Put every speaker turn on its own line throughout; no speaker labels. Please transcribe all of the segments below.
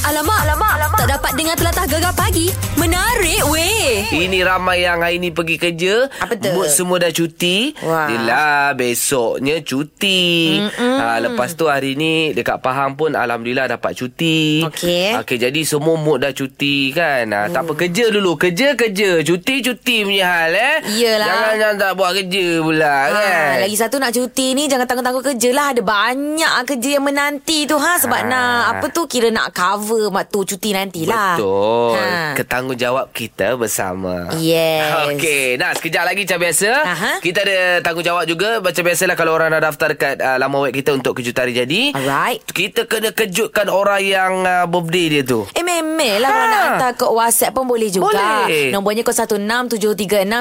Alamak, alamak, alamak. Tak dapat dengar telatah gegar pagi. Menarik weh.
Ini ramai yang hari ni pergi kerja
Apa tu?
Mood semua dah cuti
Wah.
Yelah besoknya cuti ha, Lepas tu hari ni Dekat Pahang pun Alhamdulillah dapat cuti
Okey. Mm.
okay Jadi semua mood dah cuti kan ha, Tak apa kerja dulu Kerja-kerja Cuti-cuti punya hal eh
Yelah.
Jangan, jangan tak buat kerja pula ha, kan
Ha, lagi satu nak cuti ni jangan tangguh-tangguh kerja lah. Ada banyak kerja yang menanti tu ha sebab
Ha.
nak apa tu kira nak cover mak tu cuti lah. nantilah.
Betul. Ketanggungjawab kita bersama.
Ha. Yes.
Okey. Nah, sekejap lagi macam biasa.
Aha.
Kita ada tanggungjawab juga. Macam biasalah kalau orang dah daftar dekat uh, lama web kita untuk kejut hari jadi.
Alright.
Kita kena kejutkan orang yang uh, birthday dia tu.
Eh memel lah ha.
Ha.
Kalau nak hantar ke WhatsApp pun boleh juga
Boleh.
Nombornya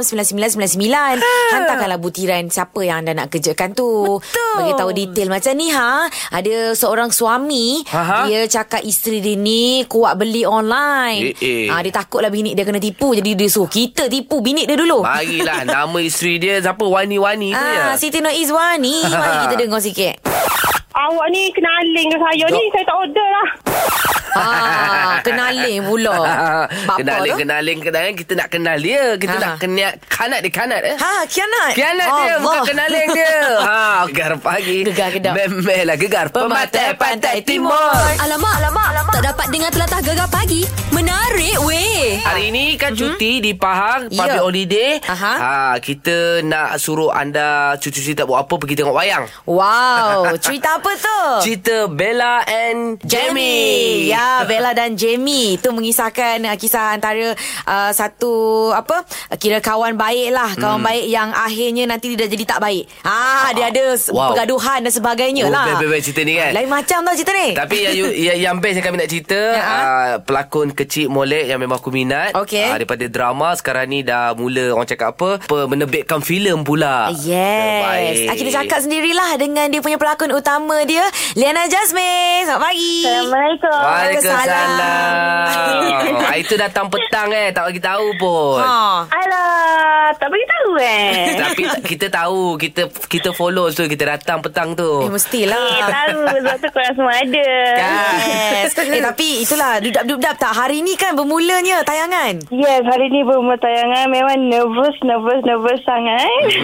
0167369999 ha. Hantarkanlah butiran Siapa yang anda nak kerjakan tu
Betul.
Bagi tahu detail Macam ni ha Ada seorang suami
Aha.
Dia cakap isteri dia ni Kuat beli online
Eh, eh.
Ha, Dia takutlah bini dia kena tipu Jadi dia suruh kita tipu bini dia dulu
Marilah nama isteri dia siapa Wani-Wani tu ya.
Oh. Ah, Siti Noizwani Mari kita dengar sikit
Awak ni kenaling ke saya ni
Dok.
Saya tak order lah
ah, Kenalin pula Bapa
kenaling,
tu.
kenaling, kenaling. Kita nak kenal dia. Kita
Ha.
nak kenal kanat dia kanat eh.
Ha, kianat
Kianat dia Bukan
Allah.
kenaling dia ha, Gegar pagi
Gegar kedap.
Memelah gegar Pemata Pantai Timur
Alamak, alamak, alamak. Tak dapat dengar telatah gegar pagi. Menarik weh.
Hari ini kan cuti di Pahang
Mhm. Ya.
Public holiday
Aha.
ha, Kita nak suruh anda Cucu-cucu tak buat apa Pergi tengok wayang
Wow, Oh, cerita apa tu?
Cerita Bella and Jamie
Ya, Bella dan Jamie itu mengisahkan uh, kisah antara uh, satu apa? uh, Kira kawan baik lah, kawan
Hmm.
baik yang akhirnya nanti dia dah jadi tak baik. Ah, dia ada s-
Wow.
pergaduhan dan sebagainya
Oh,
lah.
baik, baik, baik cerita ni kan?
Lain macam tau cerita ni.
Tapi yang, you- yang, yang best yang kami nak cerita
Ha-ha.
uh, Pelakon kecil Molek yang memang aku minat
Okey.
Ah, Daripada drama sekarang ni dah mula orang cakap apa, apa Menebitkan filem pula
Ah, Yes
Terbaik.
ah, Kita cakap sendirilah Dengan dia punya pelakon utama dia Liana Jasmine Selamat pagi
Assalamualaikum
Waalaikumsalam Ah, Itu datang petang eh Tak bagi tahu pun
ha.
Alah Tak bagi tahu eh
Tapi ta- kita tahu Kita kita follow tu Kita datang petang tu
Eh mestilah
Eh tahu Sebab tu korang semua ada Kan.
Yes. eh, tapi itulah dudap-dudap tak hari ni kan bermulanya tayangan.
Yes, hari ni bermula tayangan memang nervous, nervous, nervous sangat.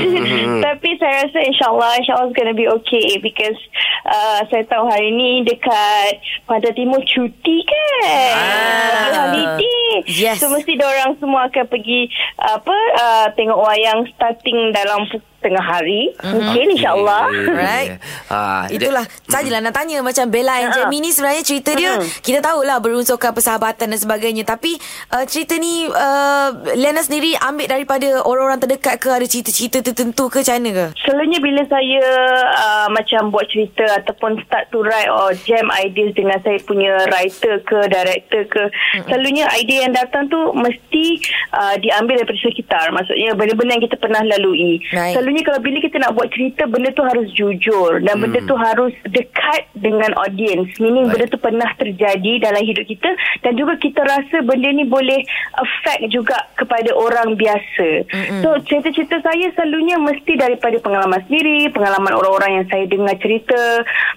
Tapi saya rasa insyaAllah, insyaAllah it's gonna be okay because uh, saya tahu hari ni dekat Pantai Timur cuti kan.
Ah.
Ah. Holiday.
Yes.
So mesti orang semua akan pergi apa uh, tengok wayang starting dalam pu- tengah hari.
Hmm.
Mungkin insyaAllah.
Right.
ha,
Itulah Sajalah nak tanya Macam Bella and
Ha.
Jamie ni Sebenarnya cerita dia
Hmm.
Kita tahulah Berunsurkan persahabatan dan sebagainya Tapi uh, Cerita ni uh, Lena sendiri Ambil daripada Orang-orang terdekat ke Ada cerita-cerita tertentu ke Macam mana ke
Selalunya bila saya uh, macam buat cerita ataupun start to write or jam ideas dengan saya punya writer ke director ke mm-hmm. selalunya idea yang datang tu mesti uh, diambil daripada sekitar maksudnya benda-benda yang kita pernah lalui
Right.
selalunya kalau bila kita nak buat cerita benda tu harus jujur dan benda tu harus dekat dengan audience meaning
Right.
benda tu pernah terjadi dalam hidup kita dan juga kita rasa benda ni boleh affect juga kepada orang biasa mm-hmm. so cerita-cerita saya selalunya mesti daripada pengalaman sendiri pengalaman orang-orang yang saya dengar cerita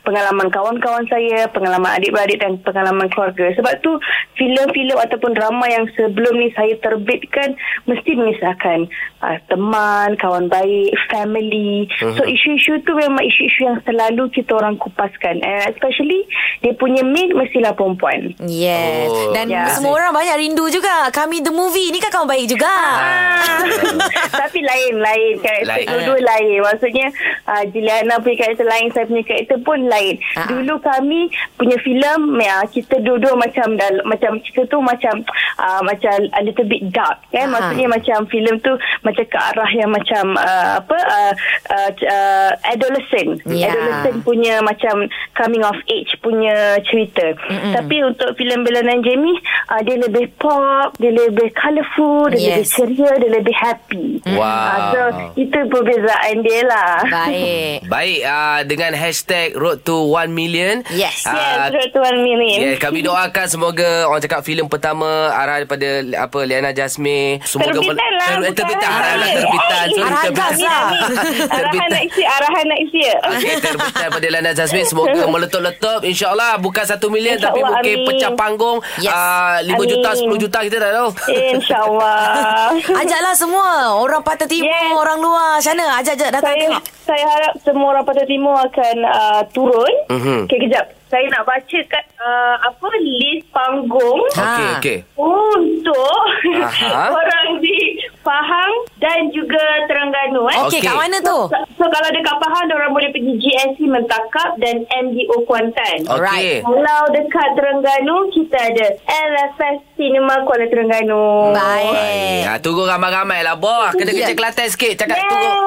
pengalaman kawan-kawan saya pengalaman adik-beradik dan pengalaman keluarga sebab tu filem-filem ataupun drama yang sebelum ni saya terbitkan mesti mengisahkan uh, teman kawan baik family so isu-isu tu memang isu-isu yang selalu kita orang kupaskan and especially dia punya main mestilah perempuan
Yes
Oh.
Dan
Ya.
semua orang banyak rindu juga Kami the movie Ni kan kamu baik juga
Ah. Tapi lain-lain Karakter
Lain.
dua-dua lain Maksudnya uh, Juliana punya karakter lain Saya punya karakter pun lain
Ah.
Dulu kami Punya filem ya, Kita dua-dua macam dal- Macam kita tu macam uh, Macam a little bit dark kan?
Ah.
Maksudnya macam filem tu Macam ke arah yang macam uh, Apa uh, uh, uh, Adolescent
Ya.
Adolescent punya macam Coming of age punya cerita Mm-mm. Tapi untuk filem Bella dan Jamie uh, Dia lebih pop Dia lebih colourful Dia
Yes.
lebih ceria Dia lebih happy
Wow.
Ah, So itu perbezaan dia lah
Baik
Baik uh, Dengan hashtag Road to 1 million
Yes.
Ah,
Yes, uh, Tuan Mirin
Ya, kami doakan semoga orang cakap filem pertama arah daripada apa Liana Jasmine semoga
Terbitan lah,
ter,
bukan
terbitan
arah.
arah lah terbitan
Eh,
Sorry,
Arah gas
terbitan.
lah lah.
Arahan nak isi, arahan nak isi ya.
Okey, terbitan pada Lana Jasmine. Semoga meletup-letup. InsyaAllah bukan 1 million tapi
InsyaAllah,
mungkin
amin.
pecah panggung.
Yes.
ah, 5
Amin.
juta, 10 juta kita tak tahu.
InsyaAllah.
Ajaklah semua Orang Pantai Timur
Yes.
Orang luar Sana ajak-ajak datang
saya,
tengok
saya harap semua orang Pantai Timur akan uh, turun.
Mhm.
Okey, kejap. Saya nak bacakan uh, apa list panggung
Ha.
Okey, okey.
untuk
Aha.
orang di Pahang dan juga Terengganu. Eh.
Okey okay.
Okey.
kat mana tu
So, so kalau dekat Pahang, orang boleh pergi GSC Mentakap dan MDO Kuantan.
Okey.
Alright.
Kalau dekat Terengganu, kita ada LFS Cinema Kuala Terengganu.
Baik.
Baik
Ha, tunggu ramai-ramai lah, boh. Kena kerja Kelantan sikit. Cakap tunggu.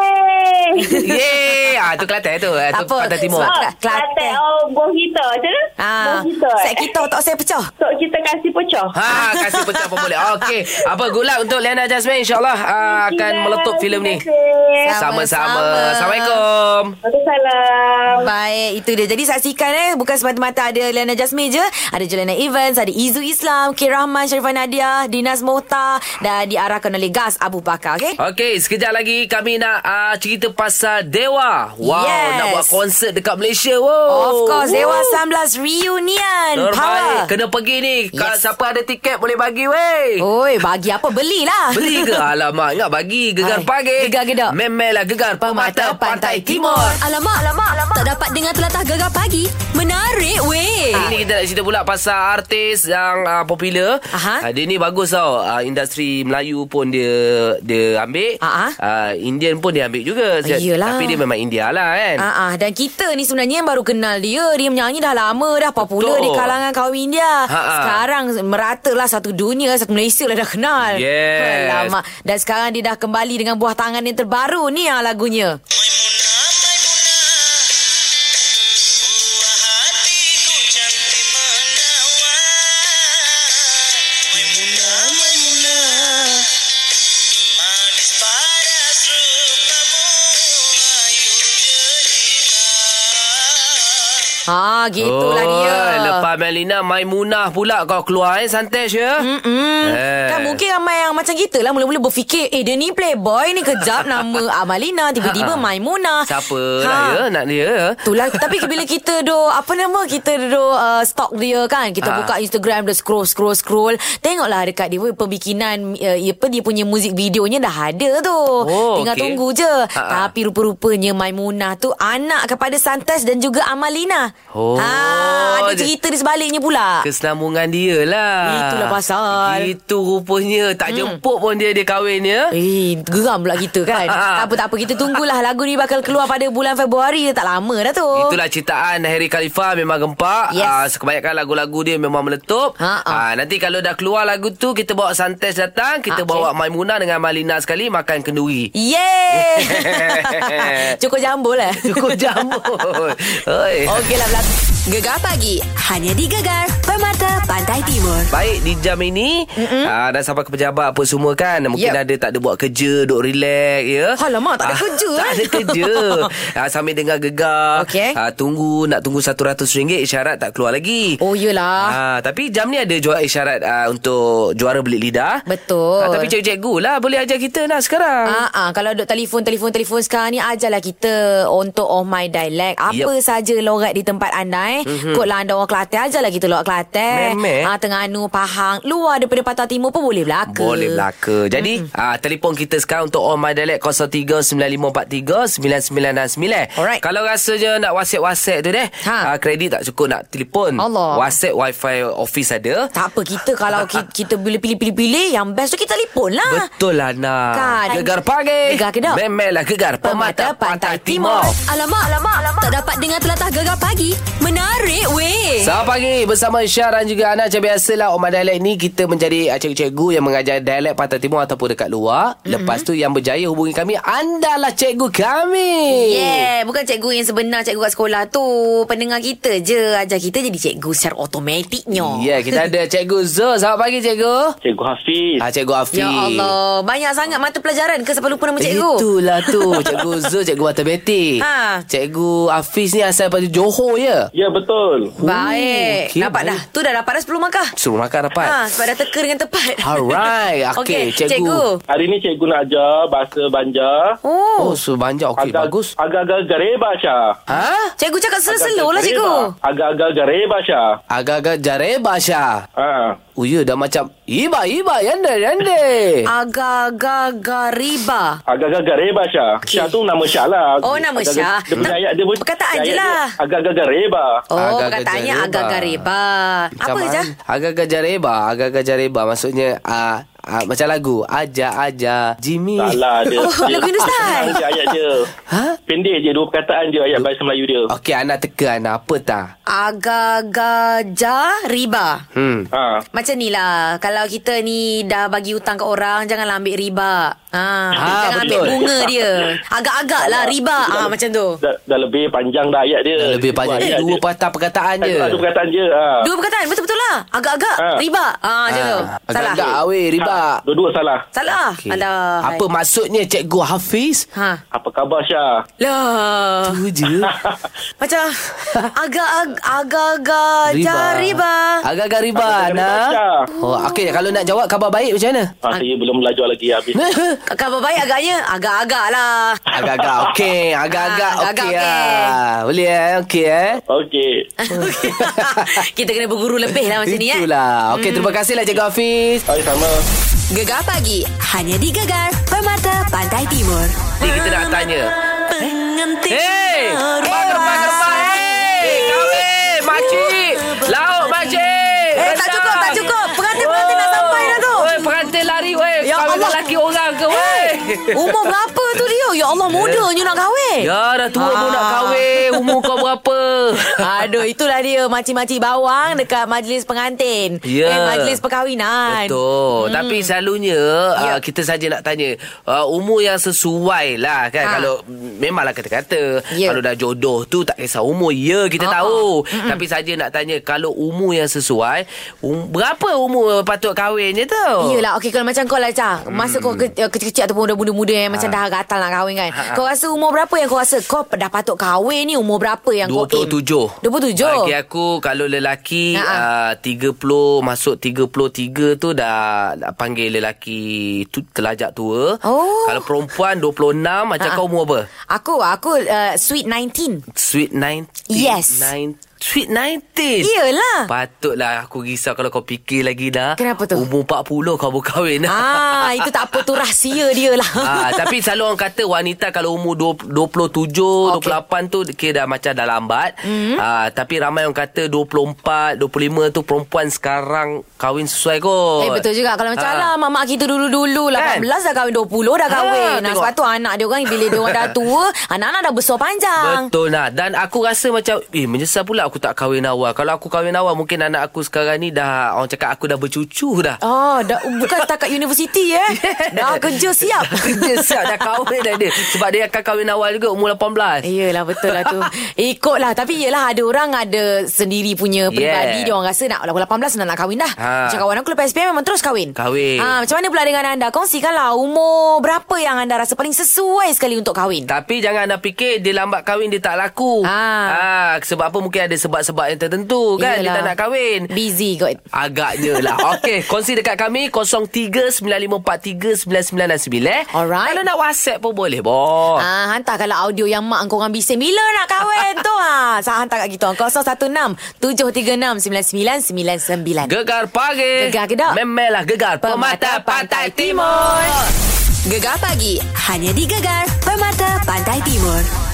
Yeay!
Yeay. Ah, tu Kelantan tu. Ah, tu
Apa?
Pantai Timur.
Sebab-
Oh,
Kelantan.
Kelantan. Oh, buah kita. Macam mana?
Ah,
Buah kita.
Set kita otak saya pecah
So, kita kasih pecah.
Ha, kasih pecah pun boleh. Okey. Apa good luck untuk Lena Jasmine insyaAllah ah, akan
Yes,
meletup filem ni.
terima kasih.
Sama-sama.
Sama-sama.
Assalamualaikum.
Waalaikumsalam.
Baik, itu dia. Jadi saksikan eh, bukan semata-mata ada Lena Jasmine je. Ada Jelena Evans, ada Izu Islam, K. Rahman, Sharifah Nadia, Dinas Mohtar dan diarahkan oleh Gas Abu Bakar, okey?
Okey, sekejap lagi kami nak uh, cerita pasal Dewa. Wow,
Yes.
nak buat konsert dekat Malaysia. Wow.
Of course, Dewa
Wow.
19 Reunion. Power.
Terbaik. eh, Kena pergi ni. Yes. Kalau siapa ada tiket boleh bagi weh.
Oi, bagi apa? Belilah.
Beli ke? Alamak, ingat bagi. Gegar
Hai,
pagi.
gegar gedak.
Memelah gegar pemata pantai timur.
Alamak, alamak, alamak. Tak dapat dengar telatah gegar pagi. Menarik weh.
Hari ni kita nak cerita pula pasal artis yang uh, popular.
Aha.
Uh, dia ni bagus tau. Uh, industri Melayu pun dia dia ambil.
Aha.
Uh, Indian pun dia ambil juga.
Yelah.
Tapi dia memang India lah kan.
Ah, ah, dan kita ni sebenarnya yang baru kenal dia Dia menyanyi dah lama dah Popular
Betul.
di kalangan kaum India
Ha, ha.
Sekarang merata lah satu dunia Satu Malaysia lah dah kenal
Yes.
Alamak. Dan sekarang dia dah kembali dengan buah tangan yang terbaru ni ah, lagunya Ah, gitulah
Oi,
dia
Oh, Lepas Melina Maimunah pula kau keluar eh Santesh ya.
Hmm. Mm-mm.
Eh.
Kan mungkin ramai yang macam kita lah Mula-mula berfikir Eh dia ni playboy ni Kejap nama Amalina Tiba-tiba
Ha, ha.
Maimunah Ha,
Siapa lah ya nak dia. ya?
Itulah lah. Tapi bila kita do Apa nama Kita do uh, Stalk dia kan Kita
Ah.
buka Instagram Dia scroll scroll scroll Tengoklah dekat dia pun Pembikinan uh, ia- apa, Dia punya muzik videonya Dah ada tu
Oh,
Tinggal
okey.
tunggu je
ah.
Tapi rupa-rupanya Maimunah tu Anak kepada Santas Dan juga Amalina
Oh,
ha, Ada
dia-
cerita di sebaliknya pula
Kesenambungan dia lah
Itulah pasal. Hmm.
Itu rupanya Tak jemput pun dia Dia kahwin ya
Eh, geram pula kita kan. tak apa tak apa kita tunggulah lagu ni bakal keluar pada bulan Februari tak lama dah tu.
Itulah citaan Harry Khalifa memang gempak.
Yes.
Ah, kebanyakan lagu-lagu dia memang meletup.
Ha, ha.
Ah, nanti kalau dah keluar lagu tu kita bawa Santes datang, kita
Okay.
bawa Maimunah dengan Malina sekali makan kenduri.
Yeay. Cukup jambul lah.
Cukup jambul. Oi.
Okeylah belakang.
lah, Gegar pagi. Hanya di Gegar. Permata Pantai Timur.
Baik di jam ini aa, Dah sampai ke pejabat apa semua kan Mungkin
Yep.
ada tak ada buat kerja Duk relax ya
Alamak, tak ada
Ah,
kerja,
Tak
eh.
ada kerja Aa, Sambil dengar gegar
Okey.
Ah, Tunggu Nak tunggu RM100 Isyarat tak keluar lagi
Oh yelah.
Ah, tapi jam ni ada juara isyarat ah, untuk juara belit lidah.
Betul.
Ah, tapi cikgu-cikgu lah boleh ajar kita lah sekarang.
Ah, ah, kalau duk telefon telefon telefon sekarang ni ajarlah kita untuk oh my dialect. Apa
Yup. Mhm.
saja lorat di tempat anda eh. Mm-hmm. Kod anda orang Kelantan ajarlah kita lorat Kelantan.
Memeh.
Ah Terengganu, Pahang, luar daripada Pantai Timur pun boleh belaka.
Boleh belaka. Jadi, mm-hmm. ah, telefon kita sekarang untuk On My Dialect 0395439969.
Alright.
Kalau rasa je nak whatsapp-whatsapp tu deh,
Ha.
ah, kredit tak cukup nak telefon.
Allah.
Whatsapp wifi office ada.
Tak apa kita kalau kita, kita bila pilih-pilih-pilih yang best tu kita telefon lah.
Betul lah nak.
Kan.
Gegar pagi.
Gegar kedok.
Memelah gegar pemata, pantai, timur.
Alamak, alamak, alamak. Tak dapat dengar telatah gegar pagi. Menarik weh.
Selamat pagi bersama Syah dan juga Ana Macam biasalah Omar Dialek ni Kita menjadi ah, cikgu-cikgu Yang mengajar dialek Pantai Timur Ataupun dekat luar mm-hmm. Lepas tu yang berjaya hubungi kami Andalah cikgu kami
Yeah, bukan cikgu yang sebenar cikgu kat sekolah tu. Pendengar kita je ajar kita jadi cikgu secara automatiknya.
yeah Oh. Ya, Kita ada cikgu Zul Selamat pagi cikgu
Cikgu Hafiz.
ah, Cikgu Afi
Ya Allah, banyak sangat mata pelajaran ke sampai lupa nama cikgu?
Itulah tu Cikgu Zul Cikgu matematik
Ha.
Cikgu Hafiz ni asal daripada Johor ya
Ya betul.
Baik.
Okey,
Okay, dapat
baik.
dah. Tu dah dapat dah 10 markah.
Suruh makan rapat.
Ha, sebab dah teka dengan tepat.
Alright. Okey,
Okey,
cikgu.
cikgu.
Hari ni cikgu nak ajar bahasa Banjar.
Oh,
Oh.
suruh banjar. Okey, bagus.
Agak-agak gareba Syah.
Ha?
Cikgu cakap
Agak-agak
slow-slow lah
gareba.
cikgu.
Agak-agak gareba Syah.
Agak-agak jareba Syah.
Ha.
Oh, ya, dah macam iba, iba, yande, yande.
Ah, Agak-agak gariba.
Agak-agak gareba Syah.
Okey.
Syah tu nama Syah lah.
Oh, nama
Agak-agak-
Syah.
Dia punya
Tak-
ayat dia punya.
perkataan je
ayat dia,
lah.
Agak-agak gareba.
Oh,
Agak-agak
perkataannya
jareba.
agak-agak riba. Apa
Macam
je?
mana? Agak-agak jareba, agak-agak jareba. Maksudnya, ah, ah, macam lagu. Aja, aja, Jimmy.
Salah dia.
Oh,
Dia-
lagu Hindustan.
senang je ayat dia.
Ha?
Pendek je dua perkataan je ayat bahasa Melayu dia.
Okey, anak teka, anak apa tak?
Agak-agak riba.
Hmm.
Ha.
Macam ni lah Kalau kita ni Dah bagi hutang ke orang Janganlah ambil riba ha,
Ha,
Jangan ambil
betul.
bunga dia Agak-agak lah riba ha, Macam tu
Dah, dah lebih panjang dah ayat dia.
Dah lebih
ayat
panjang. Dua
dia.
patah perkataan je.
Ada perkataan je. Ha.
Dua perkataan Betul-betul lah Agak-agak
Ha.
riba ha, Macam tu
Ah,
Salah Ah.
Agak-agak, weh, riba.
Ha, Dua-dua salah.
Salah
Okey.
okay. Alah
Apa maksudnya Cikgu Hafiz?
ha.
Apa khabar Syah? Ah,
Lah
Tu je.
Macam Agak-agak Agak-agak Riba
Agak-agak riba,
Agak-agak riba,
Ana.
Syah.
Oh, okey. Kalau nak jawab khabar baik macam mana?
Ha, saya belum belajar lagi habis.
Khabar baik agaknya Agak-agak lah
Agak-agak okey. Agak-agak
Ah, agak-agak
okey.
okey.
ah. Boleh eh? Okey eh?
Okey.
Okey. Kita kena berguru lebih lah macam ni ya.
Itulah. Okey, terima kasihlah Cikgu Hafiz.
Saya sama.
Gegar pagi hanya di Gegar Permata Pantai Timur.
Ni kita nak tanya.
Pengantin
Hey!
baru.
Gerbang, gerbang, gerbang. Hey! Kawin! Makcik! Lauk, makcik!
Eh, tak cukup, tak cukup. Pengantin-pengantin dah sampai dah tu.
Weh, perantin lari, weh.
Ya
Kawin
Allah.
dengan lelaki orang ke, weh?
Umur berapa tu dia? Ya Allah, mudanya nak kahwin.
Ya, dah tua pun
Ah.
nak kahwin. Umur kau berapa?
Aduh, itulah dia makcik-makcik bawang dekat majlis pengantin.
Ya.
Eh, majlis perkahwinan.
Betul. Hmm. Tapi selalunya
Ya.
yeah. uh, kita saja nak tanya uh, umur yang sesuai lah kan.
Ha.
Ha. Kalau mm, memanglah kata-kata
Ya.
yeah. kalau dah jodoh tu tak kisah umur. Ya kita
Ha-ha.
uh tahu. Mm-mm. Tapi saja nak tanya kalau umur yang sesuai um, berapa umur patut kahwinnya tu?
Yelah okay Kalau macam kau lah Cah Masa kau ke- eh, kecil-kecil Ataupun dah muda-muda Yang macam dah gatal nak kahwin kan
Ha.
Kau rasa umur berapa yang kau rasa Kau dah patut kahwin ni Umur berapa yang kau aim
27 Bagi
27
aku Kalau lelaki
Ha-ha.
uh, 30 Masuk 33 tu Dah dah panggil lelaki tu, Telajak tua
Oh.
Kalau perempuan 26 Macam
Ha-ha.
kau umur apa?
Aku Aku uh, sweet 19
Sweet 19
Yes. Ya,
Nine, Sweet 19
Iyalah.
Patutlah aku risau Kalau kau fikir lagi dah
Kenapa tu?
Umur 40 kau berkahwin
Ah, itu tak apa tu rahsia dia lah.
Ah, tapi selalu orang kata wanita kalau umur
Okey.
20, 27,
Mhm.
okay. 28 tu kira dah macam dah lambat. Mm. Ah, tapi ramai orang kata 24, 25 tu perempuan sekarang kahwin sesuai kot.
Eh betul juga Kalau macam
Ah.
lah Mamak kita dulu-dulu
Kan?
18 dah kahwin 20 dah kahwin
Ah,
nah,
tengok.
Sebab tu anak dia orang Bila dia orang dah tua Anak-anak dah besar panjang
Betul lah Dan aku rasa macam Eh menyesal pula aku tak kahwin awal Kalau aku kahwin awal Mungkin anak aku sekarang ni dah Orang cakap aku dah bercucu dah
Oh, dah, bukan setakat universiti eh Dah kerja siap
Dia siap dah kahwin dah dia Sebab dia akan kahwin awal juga Umur 18
Yelah betul lah tu Ikutlah Tapi yelah ada orang Ada sendiri punya pribadi
Yeah.
Dia orang rasa nak Dah 18 dah nak kahwin dah
Ha.
Macam kawan aku lepas SPM Memang terus kahwin
Kahwin.
ha, Macam mana pula dengan anda Kongsikanlah Umur berapa yang anda rasa Paling sesuai sekali untuk kahwin
Tapi jangan anda fikir dia lambat kahwin dia tak laku.
Ah.
ah sebab apa mungkin ada sebab-sebab yang tertentu kan dia tak nak kahwin.
Busy kot
Agaknya lah. Okey, kongsi dekat kami 0395439969.
Alright.
Kalau nak WhatsApp pun boleh, boh. Ah.
Ah, hantar kalau audio yang mak kau orang bising bila nak kahwin tu ha. Saya hantar kat kita 016 736 9999.
Gegar pagi.
Gegar ke tak?
Memelah gegar Pemata, Pantai Timur.
Gegar pagi hanya di Gegar Permata Pantai Timur.